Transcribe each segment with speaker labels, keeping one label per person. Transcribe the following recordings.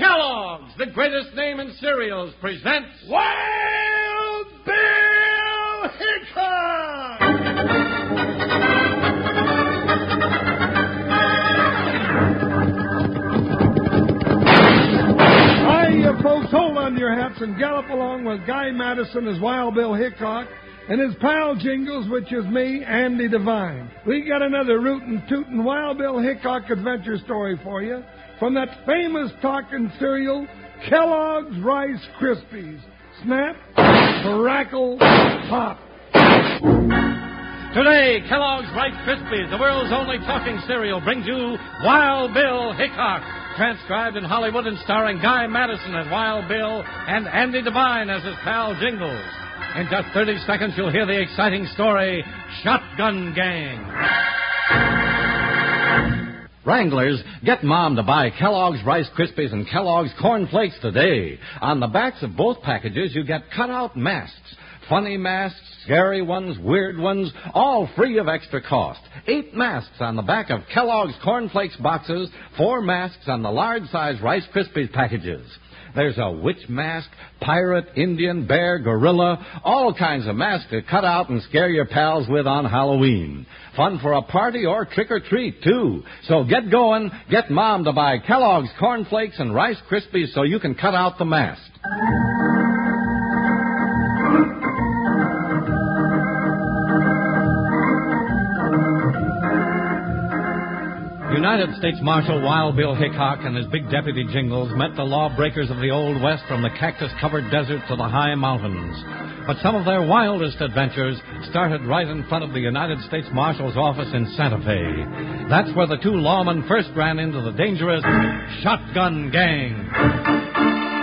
Speaker 1: Kellogg's, the greatest name in cereals, presents
Speaker 2: Wild Bill Hickok! Hi, you folks. Hold on to your hats and gallop along with Guy Madison as Wild Bill Hickok and his pal Jingles, which is me, Andy Devine. We got another rootin' tootin' Wild Bill Hickok adventure story for you from that famous talking cereal, Kellogg's Rice Krispies. Snap, crackle, pop.
Speaker 1: today. Kellogg's Rice Krispies, the world's only talking cereal, brings you Wild Bill Hickok, transcribed in Hollywood and starring Guy Madison as Wild Bill and Andy Devine as his pal Jingles. In just 30 seconds, you'll hear the exciting story Shotgun Gang. Wranglers, get Mom to buy Kellogg's Rice Krispies and Kellogg's Corn Flakes today. On the backs of both packages, you get cut-out masks. Funny masks, scary ones, weird ones, all free of extra cost. Eight masks on the back of Kellogg's Corn Flakes boxes, four masks on the large-size Rice Krispies packages. There's a witch mask, pirate, Indian, bear, gorilla, all kinds of masks to cut out and scare your pals with on Halloween. Fun for a party or trick or treat, too. So get going, get Mom to buy Kellogg's Corn Flakes and Rice Krispies so you can cut out the mask. United States Marshal Wild Bill Hickok and his big deputy Jingles met the lawbreakers of the Old West from the cactus covered desert to the high mountains. But some of their wildest adventures started right in front of the United States Marshal's office in Santa Fe. That's where the two lawmen first ran into the dangerous Shotgun Gang.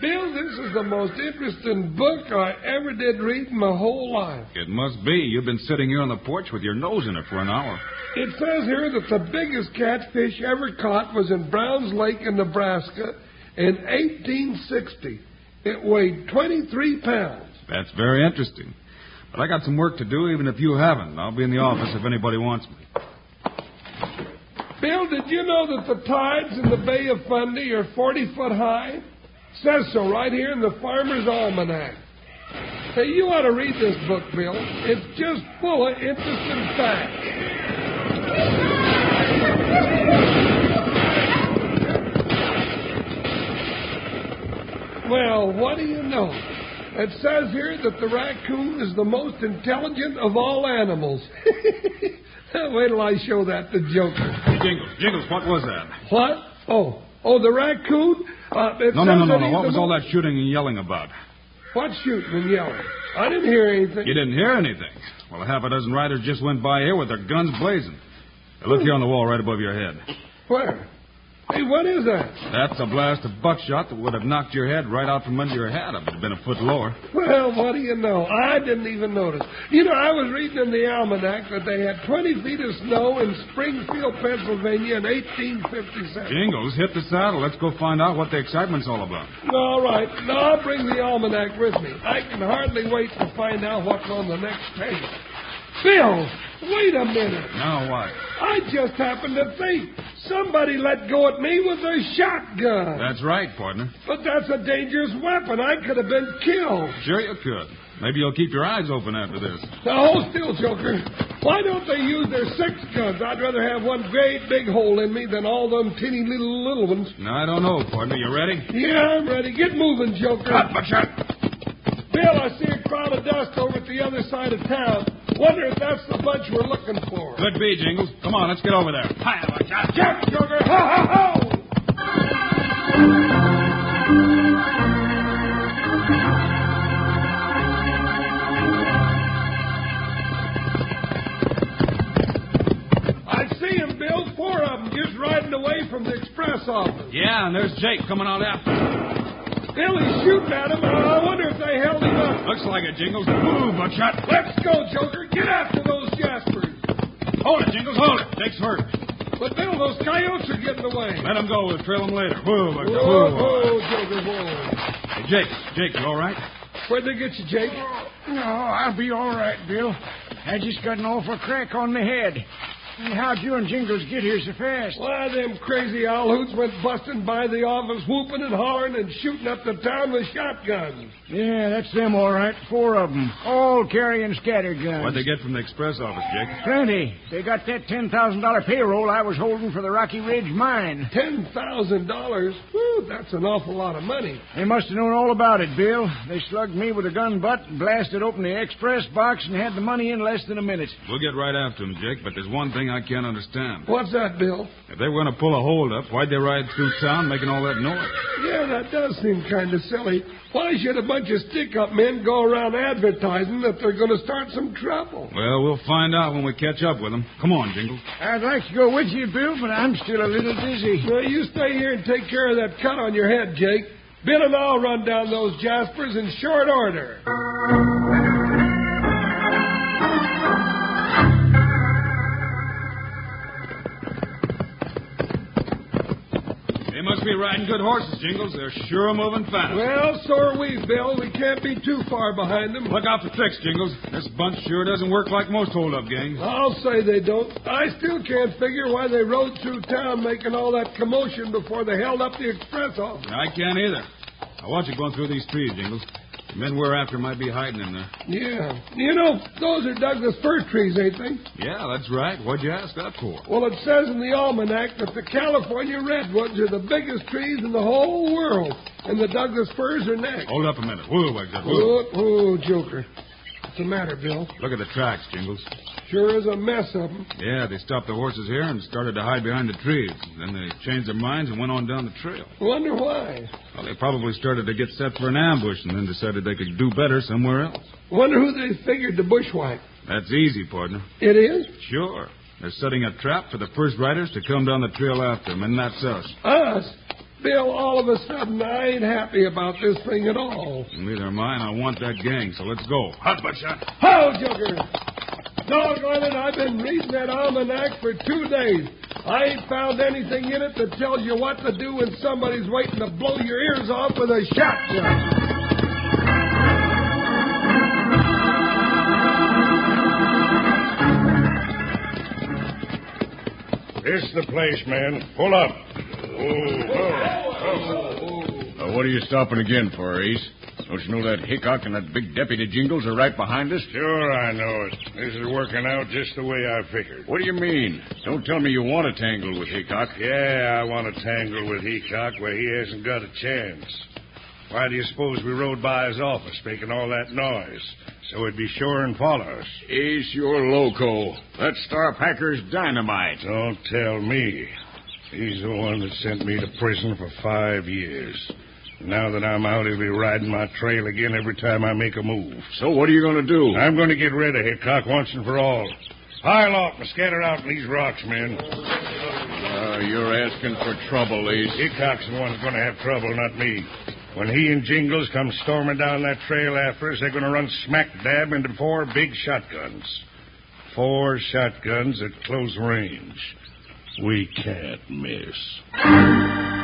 Speaker 2: Bill, this is the most interesting book I ever did read in my whole life.
Speaker 3: It must be. You've been sitting here on the porch with your nose in it for an hour.
Speaker 2: It says here that the biggest catfish ever caught was in Browns Lake in Nebraska in 1860. It weighed 23 pounds.
Speaker 3: That's very interesting. But I got some work to do, even if you haven't. I'll be in the office if anybody wants me.
Speaker 2: Bill, did you know that the tides in the Bay of Fundy are 40 foot high? Says so right here in the Farmer's Almanac. Hey, you ought to read this book, Bill. It's just full of interesting facts. Well, what do you know? It says here that the raccoon is the most intelligent of all animals. Wait till I show that to Joker.
Speaker 3: Jingles, Jingles, what was that?
Speaker 2: What? Oh, oh, the raccoon? Uh, it
Speaker 3: No,
Speaker 2: says
Speaker 3: no, no, no,
Speaker 2: that
Speaker 3: no.
Speaker 2: he's
Speaker 3: What
Speaker 2: the
Speaker 3: was
Speaker 2: mo-
Speaker 3: all that shooting and yelling about?
Speaker 2: What shooting and yelling? I didn't hear anything.
Speaker 3: You didn't hear anything. Well, half a dozen riders just went by here with their guns blazing. Now, Look here on the wall right above your head.
Speaker 2: Where? Hey, what is that?
Speaker 3: That's a blast of buckshot that would have knocked your head right out from under your hat if it had been a foot lower.
Speaker 2: Well, what do you know? I didn't even notice. You know, I was reading in the almanac that they had 20 feet of snow in Springfield, Pennsylvania in 1857.
Speaker 3: Jingles, hit the saddle. Let's go find out what the excitement's all about.
Speaker 2: All right, now I'll bring the almanac with me. I can hardly wait to find out what's on the next page. Bill, wait a minute.
Speaker 3: Now what?
Speaker 2: I just happened to think somebody let go at me with a shotgun.
Speaker 3: That's right, partner.
Speaker 2: But that's a dangerous weapon. I could have been killed.
Speaker 3: Sure you could. Maybe you'll keep your eyes open after this.
Speaker 2: Now hold still, Joker. Why don't they use their six guns? I'd rather have one great big hole in me than all them teeny little little ones.
Speaker 3: No, I don't know, partner. You ready?
Speaker 2: Yeah, I'm ready. Get moving, Joker.
Speaker 3: buckshot.
Speaker 2: Bill, I see a cloud of dust over at the other side of town. Wonder if that's the bunch we're looking for.
Speaker 3: Could be, Jingles. Come on, let's get over there. Hi, buckshot.
Speaker 2: Jack, Joker. Ho, ho, ho! I see him, Bill. Four of them just riding away from the express office.
Speaker 3: Yeah, and there's Jake coming out after. him.
Speaker 2: Bill, he's shooting at him. I wonder if they held him up.
Speaker 3: Looks like it, Jingles. Move, buckshot.
Speaker 2: Let's go, Joker. Get after those jaspers.
Speaker 3: Hold it, Jingles. Hold it. Jake's hurt.
Speaker 2: But, Bill, those coyotes are getting away.
Speaker 3: Let him go. We'll trail him later. Whoa, buckshot.
Speaker 2: Whoa,
Speaker 3: Whoa.
Speaker 2: whoa, Joker, whoa.
Speaker 3: Hey, Jake, Jake, you all right?
Speaker 2: Where'd they get you, Jake?
Speaker 4: No, I'll be all right, Bill. I just got an awful crack on the head. And how'd you and Jingles get here so fast?
Speaker 2: Why, them crazy owl hoots went busting by the office, whooping and hollering and shooting up the town with shotguns.
Speaker 4: Yeah, that's them all right. Four of them. All carrying scatter guns.
Speaker 3: What'd they get from the express office, Jake?
Speaker 4: Plenty. They got that $10,000 payroll I was holding for the Rocky Ridge mine.
Speaker 2: Ten thousand dollars? Whew, that's an awful lot of money.
Speaker 4: They must have known all about it, Bill. They slugged me with a gun butt and blasted open the express box and had the money in less than a minute.
Speaker 3: We'll get right after them, Jake, but there's one thing I can't understand.
Speaker 2: What's that, Bill?
Speaker 3: If they were going to pull a holdup, why'd they ride through town making all that noise?
Speaker 2: Yeah, that does seem kind of silly. Why should a bunch of stick-up men go around advertising that they're going to start some trouble?
Speaker 3: Well, we'll find out when we catch up with them. Come on, Jingles.
Speaker 4: I'd like to go with you, Bill, but I'm still a little dizzy.
Speaker 2: Well, you stay here and take care of that cut on your head, Jake. Bill and I'll run down those Jaspers in short order.
Speaker 3: They must be riding good horses, Jingles. They're sure moving fast.
Speaker 2: Well, so are we, Bill. We can't be too far behind them.
Speaker 3: Look out for tricks, Jingles. This bunch sure doesn't work like most holdup gangs.
Speaker 2: I'll say they don't. I still can't figure why they rode through town making all that commotion before they held up the express office.
Speaker 3: I can't either. Now watch it going through these trees, Jingles. The men we're after might be hiding in there.
Speaker 2: Yeah. You know, those are Douglas fir trees, ain't they?
Speaker 3: Yeah, that's right. What'd you ask that for?
Speaker 2: Well, it says in the almanac that the California redwoods are the biggest trees in the whole world, and the Douglas firs are next.
Speaker 3: Hold up a minute. Whoa, I got whoa.
Speaker 2: Oh, oh, Joker. What's the matter, Bill?
Speaker 3: Look at the tracks, Jingles.
Speaker 2: Sure is a mess of 'em.
Speaker 3: Yeah, they stopped the horses here and started to hide behind the trees. Then they changed their minds and went on down the trail.
Speaker 2: Wonder why.
Speaker 3: Well, they probably started to get set for an ambush and then decided they could do better somewhere else.
Speaker 2: Wonder who they figured to bushwhack.
Speaker 3: That's easy, partner.
Speaker 2: It is?
Speaker 3: Sure. They're setting a trap for the first riders to come down the trail after them, and that's us.
Speaker 2: Us? Bill, all of a sudden, I ain't happy about this thing at all.
Speaker 3: Neither am I, and I want that gang, so let's go. Hot butt shot.
Speaker 2: How, Joker? Doggone it, I've been reading that almanac for two days. I ain't found anything in it that tells you what to do when somebody's waiting to blow your ears off with a shotgun.
Speaker 5: This the place, man. Pull up. Oh, oh, oh. Now, what are you stopping again for, Ace? Don't you know that Hickok and that big deputy Jingles are right behind us? Sure, I know it. This is working out just the way I figured. What do you mean? Don't tell me you want to tangle with Hickok. Yeah, I want to tangle with Hickok where he hasn't got a chance. Why do you suppose we rode by his office making all that noise? So he'd be sure and follow us.
Speaker 6: Ace, you're loco. That Star Packer's dynamite.
Speaker 5: Don't tell me. He's the one that sent me to prison for five years. Now that I'm out, he'll be riding my trail again every time I make a move.
Speaker 6: So what are you going to do?
Speaker 5: I'm going to get rid of Hickok once and for all. Pile off and scatter out in these rocks, men.
Speaker 6: Uh, you're asking for trouble, Ace.
Speaker 5: Hickok's the one that's going to have trouble, not me. When he and Jingles come storming down that trail after us, they're going to run smack dab into four big shotguns. Four shotguns at close range. We can't miss.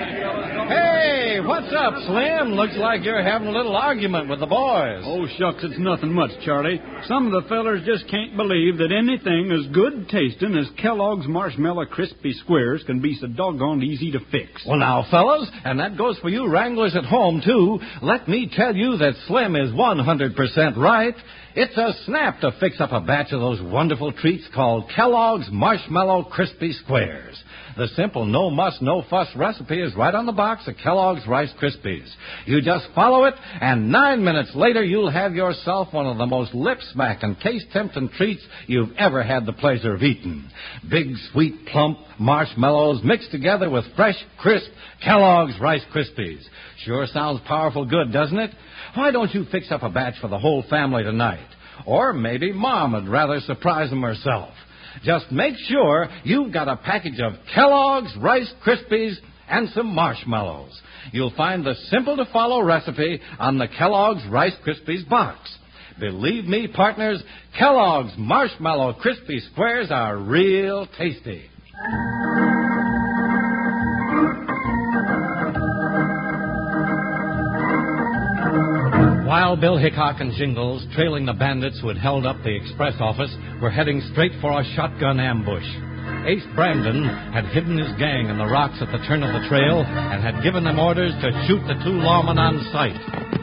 Speaker 1: Hey, what's up, Slim? Looks like you're having a little argument with the boys.
Speaker 7: Oh, shucks, it's nothing much, Charlie. Some of the fellers just can't believe that anything as good tasting as Kellogg's Marshmallow Crispy Squares can be so doggone easy to fix.
Speaker 1: Well, now, fellas, and that goes for you wranglers at home, too, let me tell you that Slim is 100% right. It's a snap to fix up a batch of those wonderful treats called Kellogg's Marshmallow Crispy Squares. The simple no muss, no fuss recipe is right on the box of Kellogg's Rice Krispies. You just follow it, and nine minutes later, you'll have yourself one of the most lip smack and taste tempting treats you've ever had the pleasure of eating. Big, sweet, plump marshmallows mixed together with fresh, crisp Kellogg's Rice Krispies. Sure sounds powerful good, doesn't it? Why don't you fix up a batch for the whole family tonight? Or maybe Mom would rather surprise them herself. Just make sure you've got a package of Kellogg's Rice Krispies and some marshmallows. You'll find the simple to follow recipe on the Kellogg's Rice Krispies box. Believe me, partners, Kellogg's Marshmallow Crispy Squares are real tasty. While Bill Hickok and Jingles, trailing the bandits who had held up the express office, were heading straight for a shotgun ambush, Ace Brandon had hidden his gang in the rocks at the turn of the trail and had given them orders to shoot the two lawmen on sight.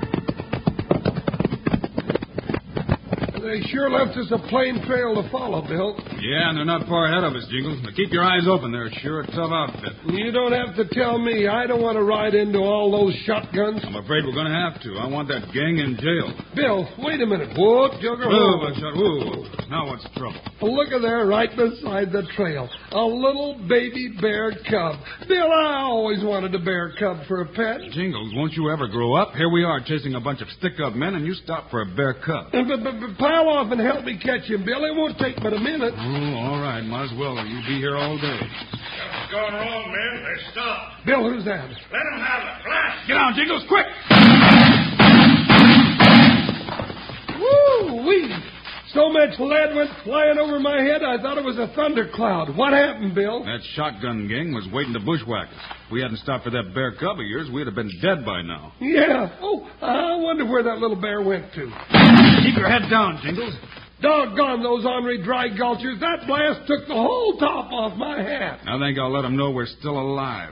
Speaker 2: They sure left us a plain trail to follow, Bill.
Speaker 3: Yeah, and they're not far ahead of us, Jingles. Now keep your eyes open. They're sure a tough outfit.
Speaker 2: You don't have to tell me. I don't want to ride into all those shotguns.
Speaker 3: I'm afraid we're going to have to. I want that gang in jail.
Speaker 2: Bill, wait a minute. Whoa, Jugger.
Speaker 3: Whoa,
Speaker 2: whoa.
Speaker 3: Buckshot. Whoa, whoa. Now what's the trouble?
Speaker 2: Look at there, right beside the trail. A little baby bear cub. Bill, I always wanted a bear cub for a pet.
Speaker 3: Jingles, won't you ever grow up? Here we are chasing a bunch of stick-up men, and you stop for a bear cub.
Speaker 2: But, but, but pile off and help me catch him, Bill. It won't take but a minute.
Speaker 3: Oh, all right. Might as well. You'll be here all day.
Speaker 8: What's going wrong, men? They're stopped.
Speaker 2: Bill, who's that?
Speaker 8: Let them have it. Blast!
Speaker 3: Get down, Jingles, quick!
Speaker 2: Woo wee! So much lead went flying over my head, I thought it was a thundercloud. What happened, Bill?
Speaker 3: That shotgun gang was waiting to bushwhack us. If we hadn't stopped for that bear cub of yours, we'd have been dead by now.
Speaker 2: Yeah. Oh, I wonder where that little bear went to.
Speaker 3: Keep your head down, Jingles.
Speaker 2: Doggone those ornery dry gulchers. That blast took the whole top off my hat.
Speaker 3: I think I'll let them know we're still alive.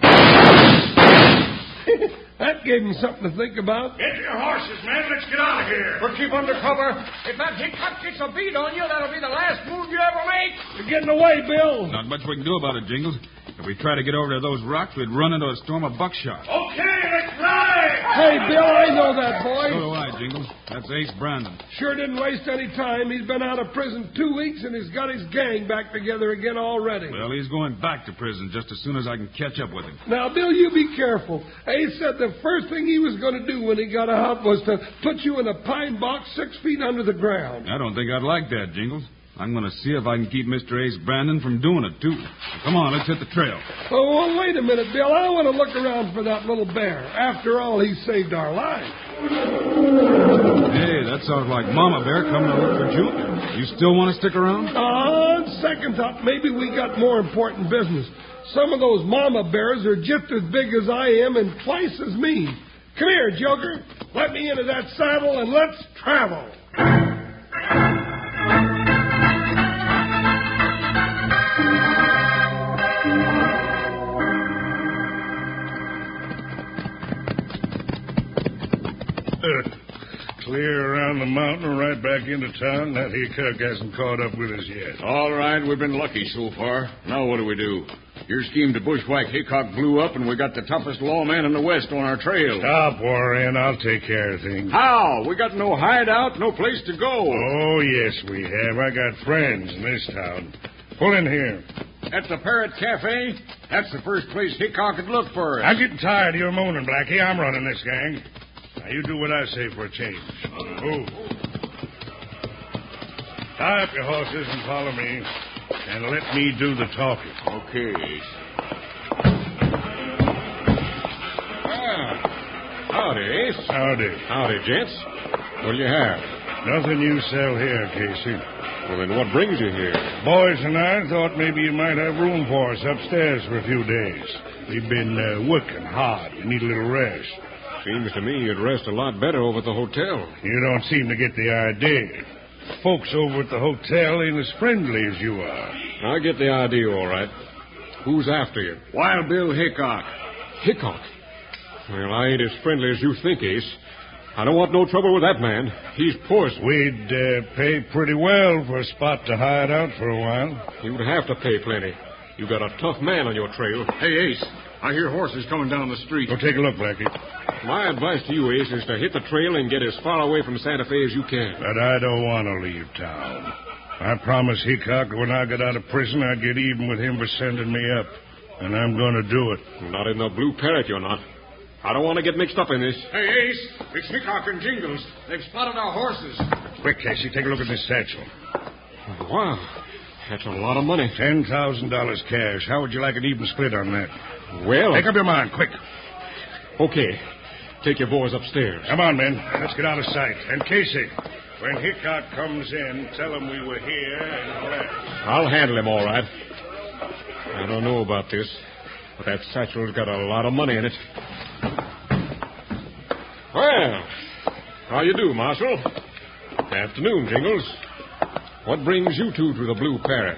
Speaker 2: that gave him something to think about.
Speaker 8: Get your horses, men. Let's get out of here.
Speaker 9: We'll keep under cover. If that Hickok gets a bead on you, that'll be the last move you ever make.
Speaker 2: You're getting away, Bill.
Speaker 3: Not much we can do about it, Jingles. If we try to get over to those rocks, we'd run into a storm of buckshot.
Speaker 8: Okay, let's ride!
Speaker 2: Hey, Bill, I know that
Speaker 3: So
Speaker 2: boy.
Speaker 3: do I, Jingles. That's Ace Brandon.
Speaker 2: Sure didn't waste any time. He's been out of prison two weeks and he's got his gang back together again already.
Speaker 3: Well, he's going back to prison just as soon as I can catch up with him.
Speaker 2: Now, Bill, you be careful. Ace said the first thing he was going to do when he got out was to put you in a pine box six feet under the ground.
Speaker 3: I don't think I'd like that, Jingles. I'm going to see if I can keep Mr. Ace Brandon from doing it, too. Come on, let's hit the trail.
Speaker 2: Oh, well, wait a minute, Bill. I want to look around for that little bear. After all, he saved our lives.
Speaker 3: Hey, that sounds like Mama Bear coming to look for Junior. You still want to stick around?
Speaker 2: On Uh, second thought, maybe we got more important business. Some of those mama bears are just as big as I am and twice as mean. Come here, Joker. Let me into that saddle and let's travel.
Speaker 5: Clear around the mountain, and right back into town. That Hickok hasn't caught up with us yet.
Speaker 8: All right, we've been lucky so far. Now what do we do? Your scheme to bushwhack Hickok blew up, and we got the toughest lawman in the West on our trail.
Speaker 5: Stop worrying. I'll take care of things.
Speaker 8: How? We got no hideout, no place to go.
Speaker 5: Oh, yes, we have. I got friends in this town. Pull in here.
Speaker 8: At the Parrot Cafe? That's the first place Hickok could look for us.
Speaker 5: I'm getting tired of your moaning, Blackie. I'm running this gang. Now, you do what I say for a change. Move. Tie up your horses and follow me, and let me do the talking.
Speaker 8: Okay. Ah. Howdy, Ace.
Speaker 5: Howdy.
Speaker 8: Howdy, gents. What do you have?
Speaker 5: Nothing you sell here, Casey.
Speaker 8: Well, then what brings you here?
Speaker 5: Boys and I thought maybe you might have room for us upstairs for a few days. We've been uh, working hard. We need a little rest.
Speaker 8: Seems to me you'd rest a lot better over at the hotel.
Speaker 5: You don't seem to get the idea. Folks over at the hotel ain't as friendly as you are.
Speaker 8: I get the idea, all right. Who's after you? Wild Bill Hickok. Hickok? Well, I ain't as friendly as you think, Ace. I don't want no trouble with that man. He's poison.
Speaker 5: We'd uh, pay pretty well for a spot to hide out for a while.
Speaker 8: You'd have to pay plenty. You got a tough man on your trail. Hey, Ace, I hear horses coming down the street.
Speaker 5: Go take a look, Blackie.
Speaker 8: My advice to you, Ace, is to hit the trail and get as far away from Santa Fe as you can.
Speaker 5: But I don't want to leave town. I promised Hickok when I got out of prison I'd get even with him for sending me up. And I'm going to do it.
Speaker 8: Not in the blue parrot, you're not. I don't want to get mixed up in this. Hey, Ace, it's Hickok and Jingles. They've spotted our horses.
Speaker 5: Quick, Casey, take a look at this satchel.
Speaker 8: Wow, that's a lot of money.
Speaker 5: Ten thousand dollars cash. How would you like an even split on that?
Speaker 8: Well,
Speaker 5: Make up your mind, quick.
Speaker 8: okay. Take your boys upstairs.
Speaker 5: Come on, men. Let's get out of sight. And Casey, When Hickok comes in, tell him we were here and left.
Speaker 8: I'll handle him all right. I don't know about this, but that satchel's got a lot of money in it. Well, how you do, Marshal? Afternoon, Jingles. What brings you two to the Blue Parrot?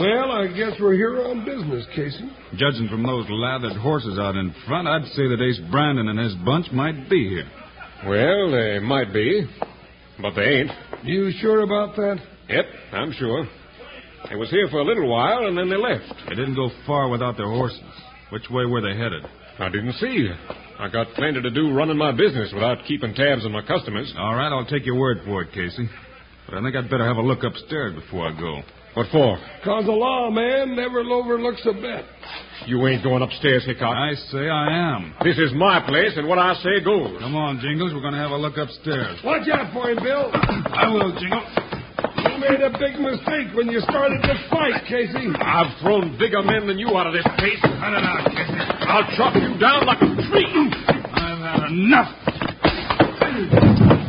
Speaker 2: Well, I guess we're here on business, Casey.
Speaker 3: Judging from those lathered horses out in front, I'd say that Ace Brandon and his bunch might be here.
Speaker 8: Well, they might be, but they ain't.
Speaker 2: You sure about that?
Speaker 8: Yep, I'm sure. They was here for a little while, and then they left.
Speaker 3: They didn't go far without their horses. Which way were they headed?
Speaker 8: I didn't see. I got plenty to do running my business without keeping tabs on my customers.
Speaker 3: All right, I'll take your word for it, Casey. But I think I'd better have a look upstairs before I go.
Speaker 8: What for?
Speaker 2: Because the law, man, never overlooks a bet.
Speaker 8: You ain't going upstairs, Hickok.
Speaker 3: I say I am.
Speaker 8: This is my place, and what I say goes.
Speaker 3: Come on, Jingles. We're going to have a look upstairs.
Speaker 2: Watch out for him, Bill.
Speaker 3: I will, Jingles.
Speaker 2: You made a big mistake when you started this fight, Casey.
Speaker 8: I've thrown bigger men than you out of this place.
Speaker 3: Cut it out, Casey.
Speaker 8: I'll chop you down like a tree.
Speaker 3: I've had enough.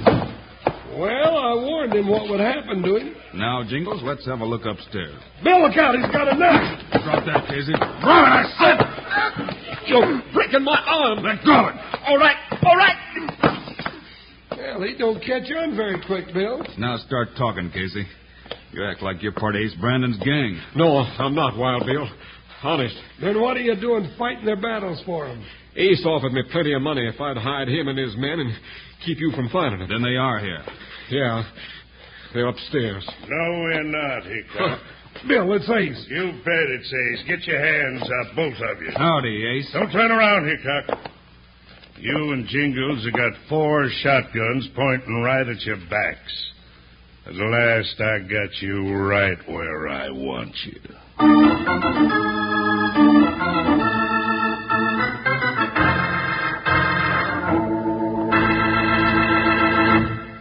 Speaker 2: Well, I warned him what would happen to him.
Speaker 3: Now, Jingles, let's have a look upstairs.
Speaker 2: Bill, look out, he's got a knife.
Speaker 3: Drop that, Casey.
Speaker 8: Run, I said. You're breaking my arm.
Speaker 3: Let go of it.
Speaker 8: All right, all right.
Speaker 2: Well, he don't catch on very quick, Bill.
Speaker 3: Now start talking, Casey. You act like you're part of Ace Brandon's gang.
Speaker 8: No, I'm not, Wild Bill. Honest.
Speaker 2: Then what are you doing fighting their battles for him?
Speaker 8: Ace offered me plenty of money if I'd hide him and his men and keep you from finding them.
Speaker 3: Then they are here.
Speaker 8: Yeah, they're upstairs.
Speaker 5: No, we're not, Hickok.
Speaker 2: Bill, it's Ace.
Speaker 5: you bet it's Ace. Get your hands up, both of you.
Speaker 3: Howdy, Ace.
Speaker 5: Don't turn around, Hickok. You and Jingles have got four shotguns pointing right at your backs. At last, I got you right where I want you.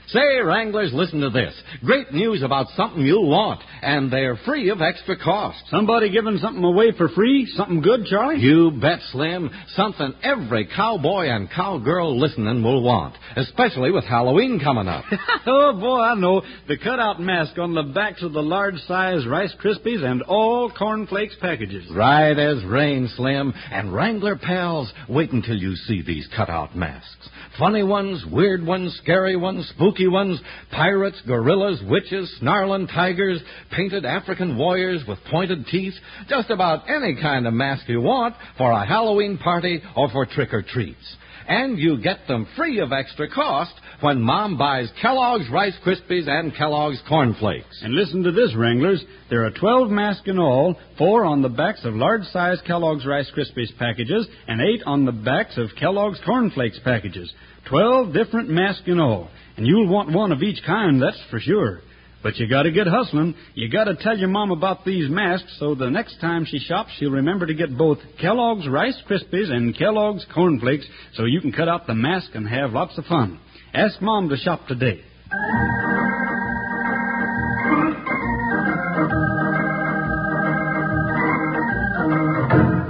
Speaker 1: Say, Wranglers, listen to this. Great news about something you'll want, and they're free of extra cost.
Speaker 4: Somebody giving something away for free? Something good, Charlie?
Speaker 1: You bet, Slim. Something every cowboy and cowgirl listening will want, especially with Halloween coming up.
Speaker 4: oh, boy, I know. The cutout mask on the backs of the large size Rice Krispies and all cornflakes packages.
Speaker 1: right as rain, Slim. And Wrangler pals, wait until you see these cutout masks. Funny ones, weird ones, scary ones, spooky ones, pirates, gorillas, witches, snarling tigers, painted African warriors with pointed teeth, just about any kind of mask you want for a Halloween party or for trick or treats. And you get them free of extra cost when Mom buys Kellogg's Rice Krispies and Kellogg's Cornflakes.
Speaker 4: And listen to this, Wranglers. There are 12 masks in all, four on the backs of large size Kellogg's Rice Krispies packages, and eight on the backs of Kellogg's Cornflakes packages. 12 different masks in all. And you'll want one of each kind, that's for sure. But you gotta get hustling. You gotta tell your mom about these masks so the next time she shops, she'll remember to get both Kellogg's Rice Krispies and Kellogg's Cornflakes so you can cut out the mask and have lots of fun. Ask mom to shop today.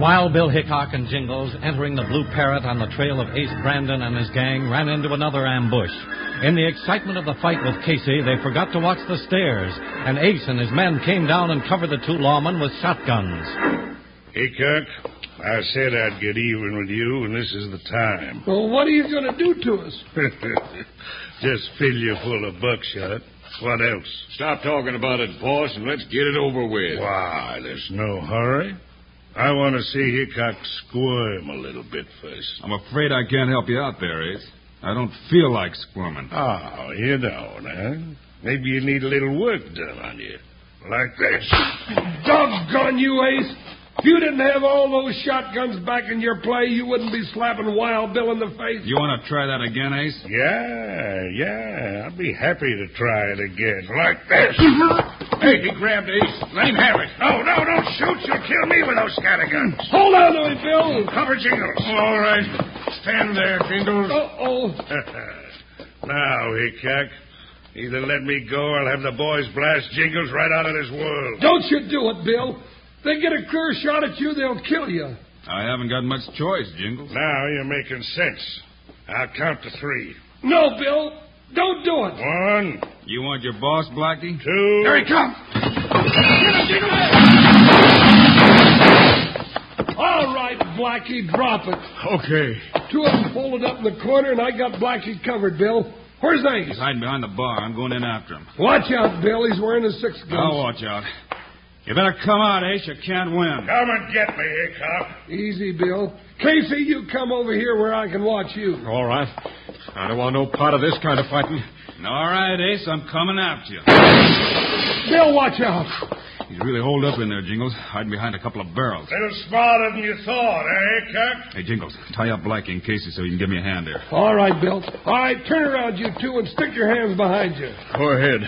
Speaker 1: While Bill Hickok and Jingles, entering the Blue Parrot on the trail of Ace Brandon and his gang, ran into another ambush. In the excitement of the fight with Casey, they forgot to watch the stairs, and Ace and his men came down and covered the two lawmen with shotguns.
Speaker 5: Hickok, I said I'd get even with you, and this is the time.
Speaker 2: Well, what are you going to do to us?
Speaker 5: Just fill you full of buckshot. What else?
Speaker 8: Stop talking about it, boss, and let's get it over with.
Speaker 5: Why, there's no hurry. I want to see Hickok squirm a little bit first.
Speaker 3: I'm afraid I can't help you out there, Ace. I don't feel like squirming.
Speaker 5: Oh, you don't, huh? Maybe you need a little work done on you. Like this.
Speaker 2: Doggone you, Ace. If you didn't have all those shotguns back in your play, you wouldn't be slapping Wild Bill in the face.
Speaker 3: You want to try that again, Ace?
Speaker 5: Yeah, yeah. I'll be happy to try it again. Like this. hey, he grabbed Ace. Let him have it. No, no, don't shoot. You'll kill me with those scatterguns.
Speaker 2: Hold on to it, Bill.
Speaker 5: Cover Jingles. All right. Stand there, Jingles.
Speaker 2: Uh-oh.
Speaker 5: now, Hickok, either let me go or I'll have the boys blast Jingles right out of this world.
Speaker 2: Don't you do it, Bill. They get a clear shot at you, they'll kill you.
Speaker 3: I haven't got much choice, Jingles.
Speaker 5: Now you're making sense. I'll count to three.
Speaker 2: No, Bill. Don't do it.
Speaker 5: One,
Speaker 3: You want your boss, Blackie?
Speaker 5: Two.
Speaker 9: Here he comes.
Speaker 2: All right, Blackie, drop it.
Speaker 8: Okay.
Speaker 2: Two of them folded up in the corner, and I got Blackie covered, Bill. Where's
Speaker 3: He's
Speaker 2: Ace?
Speaker 3: hiding behind the bar. I'm going in after him.
Speaker 2: Watch out, Bill. He's wearing a six gun.
Speaker 3: I'll watch out. You better come out, Ace. You can't win.
Speaker 5: Come and get me, eh, Hickok.
Speaker 2: Easy, Bill. Casey, you come over here where I can watch you.
Speaker 4: Oh.
Speaker 8: All right. I don't want no part of this kind of fighting.
Speaker 3: All right, Ace. I'm coming after you.
Speaker 2: Bill, watch out.
Speaker 3: He's really holed up in there, Jingles, hiding behind a couple of barrels.
Speaker 5: Little smarter than you thought, eh, Hickok?
Speaker 3: Hey, Jingles, tie up Blackie in Casey so he can give me a hand there.
Speaker 2: All right, Bill. All right, turn around, you two, and stick your hands behind you.
Speaker 8: Go ahead.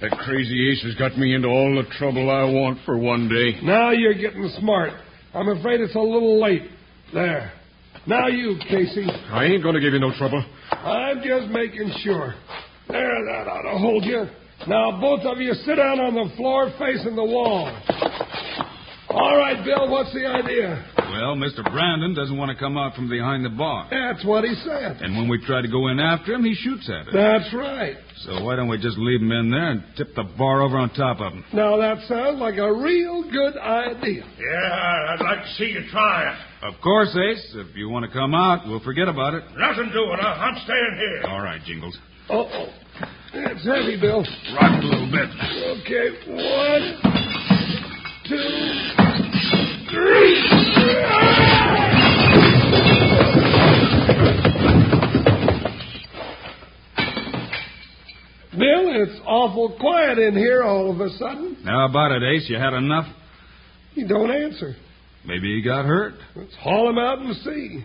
Speaker 8: That crazy ace has got me into all the trouble I want for one day.
Speaker 2: Now you're getting smart. I'm afraid it's a little late. There. Now you, Casey.
Speaker 8: I ain't going to give you no trouble.
Speaker 2: I'm just making sure. There, that ought to hold you. Now, both of you sit down on the floor facing the wall. All right, Bill, what's the idea?
Speaker 3: Well, Mr. Brandon doesn't want to come out from behind the bar.
Speaker 2: That's what he said.
Speaker 3: And when we try to go in after him, he shoots at us.
Speaker 2: That's right.
Speaker 3: So why don't we just leave him in there and tip the bar over on top of him?
Speaker 2: Now, that sounds like a real good idea.
Speaker 5: Yeah, I'd like to see you try it.
Speaker 3: Of course, Ace. If you want to come out, we'll forget about it.
Speaker 5: Nothing doing. I- I'm staying here.
Speaker 3: All right, Jingles.
Speaker 2: Uh oh. That's heavy, Bill.
Speaker 5: Rock a little bit.
Speaker 2: Okay, one, two, three. Bill, it's awful quiet in here all of a sudden.
Speaker 3: Now about it, Ace. You had enough?
Speaker 2: He don't answer.
Speaker 3: Maybe he got hurt.
Speaker 2: Let's haul him out and see.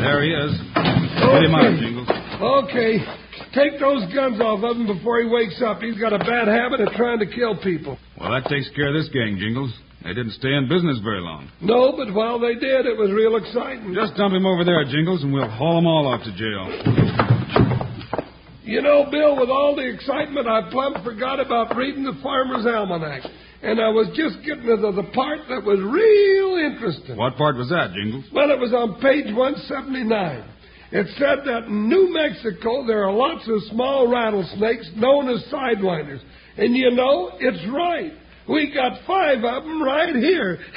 Speaker 3: There he is. Get him out, Jingles.
Speaker 2: Okay, take those guns off of him before he wakes up. He's got a bad habit of trying to kill people.
Speaker 3: Well, that takes care of this gang, Jingles. They didn't stay in business very long.
Speaker 2: No, but while they did, it was real exciting.
Speaker 3: Just dump him over there, Jingles, and we'll haul them all off to jail.
Speaker 2: You know, Bill, with all the excitement, I plumb forgot about reading the Farmer's Almanac. And I was just getting to the part that was real interesting.
Speaker 3: What part was that, Jingles?
Speaker 2: Well, it was on page 179. It said that in New Mexico there are lots of small rattlesnakes known as sidewinders. And you know, it's right. We got five of them right here.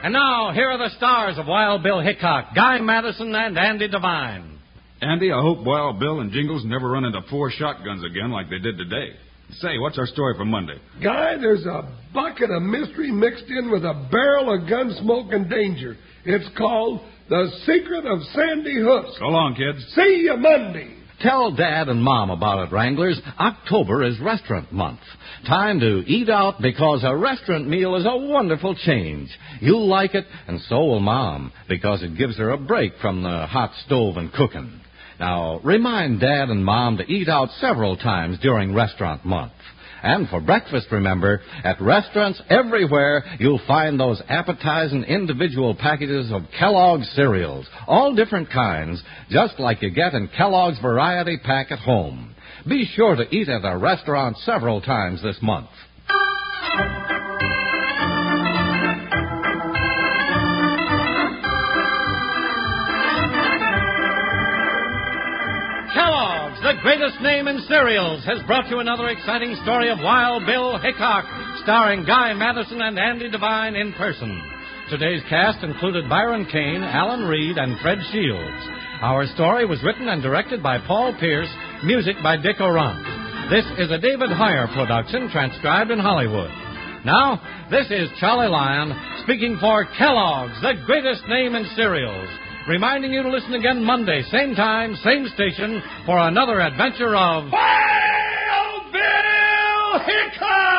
Speaker 1: And now, here are the stars of Wild Bill Hickok, Guy Madison, and Andy Devine.
Speaker 3: Andy, I hope Wild Bill and Jingles never run into four shotguns again like they did today. Say, what's our story for Monday?
Speaker 2: Guy, there's a bucket of mystery mixed in with a barrel of gun smoke and danger. It's called The Secret of Sandy Hook.
Speaker 3: So long, kids.
Speaker 2: See you Monday.
Speaker 1: Tell Dad and Mom about it, Wranglers. October is restaurant month. Time to eat out because a restaurant meal is a wonderful change. You'll like it, and so will Mom, because it gives her a break from the hot stove and cooking. Now, remind Dad and Mom to eat out several times during restaurant month. And for breakfast, remember, at restaurants everywhere, you'll find those appetizing individual packages of Kellogg's cereals, all different kinds, just like you get in Kellogg's Variety Pack at home. Be sure to eat at a restaurant several times this month. Kellogg's, the greatest name in cereals, has brought you another exciting story of Wild Bill Hickok, starring Guy Madison and Andy Devine in person. Today's cast included Byron Kane, Alan Reed, and Fred Shields. Our story was written and directed by Paul Pierce, music by Dick Orant. This is a David Heyer production transcribed in Hollywood. Now, this is Charlie Lyon speaking for Kellogg's, the greatest name in cereals reminding you to listen again Monday, same time, same station, for another adventure of.
Speaker 5: Wild Bill Hickok!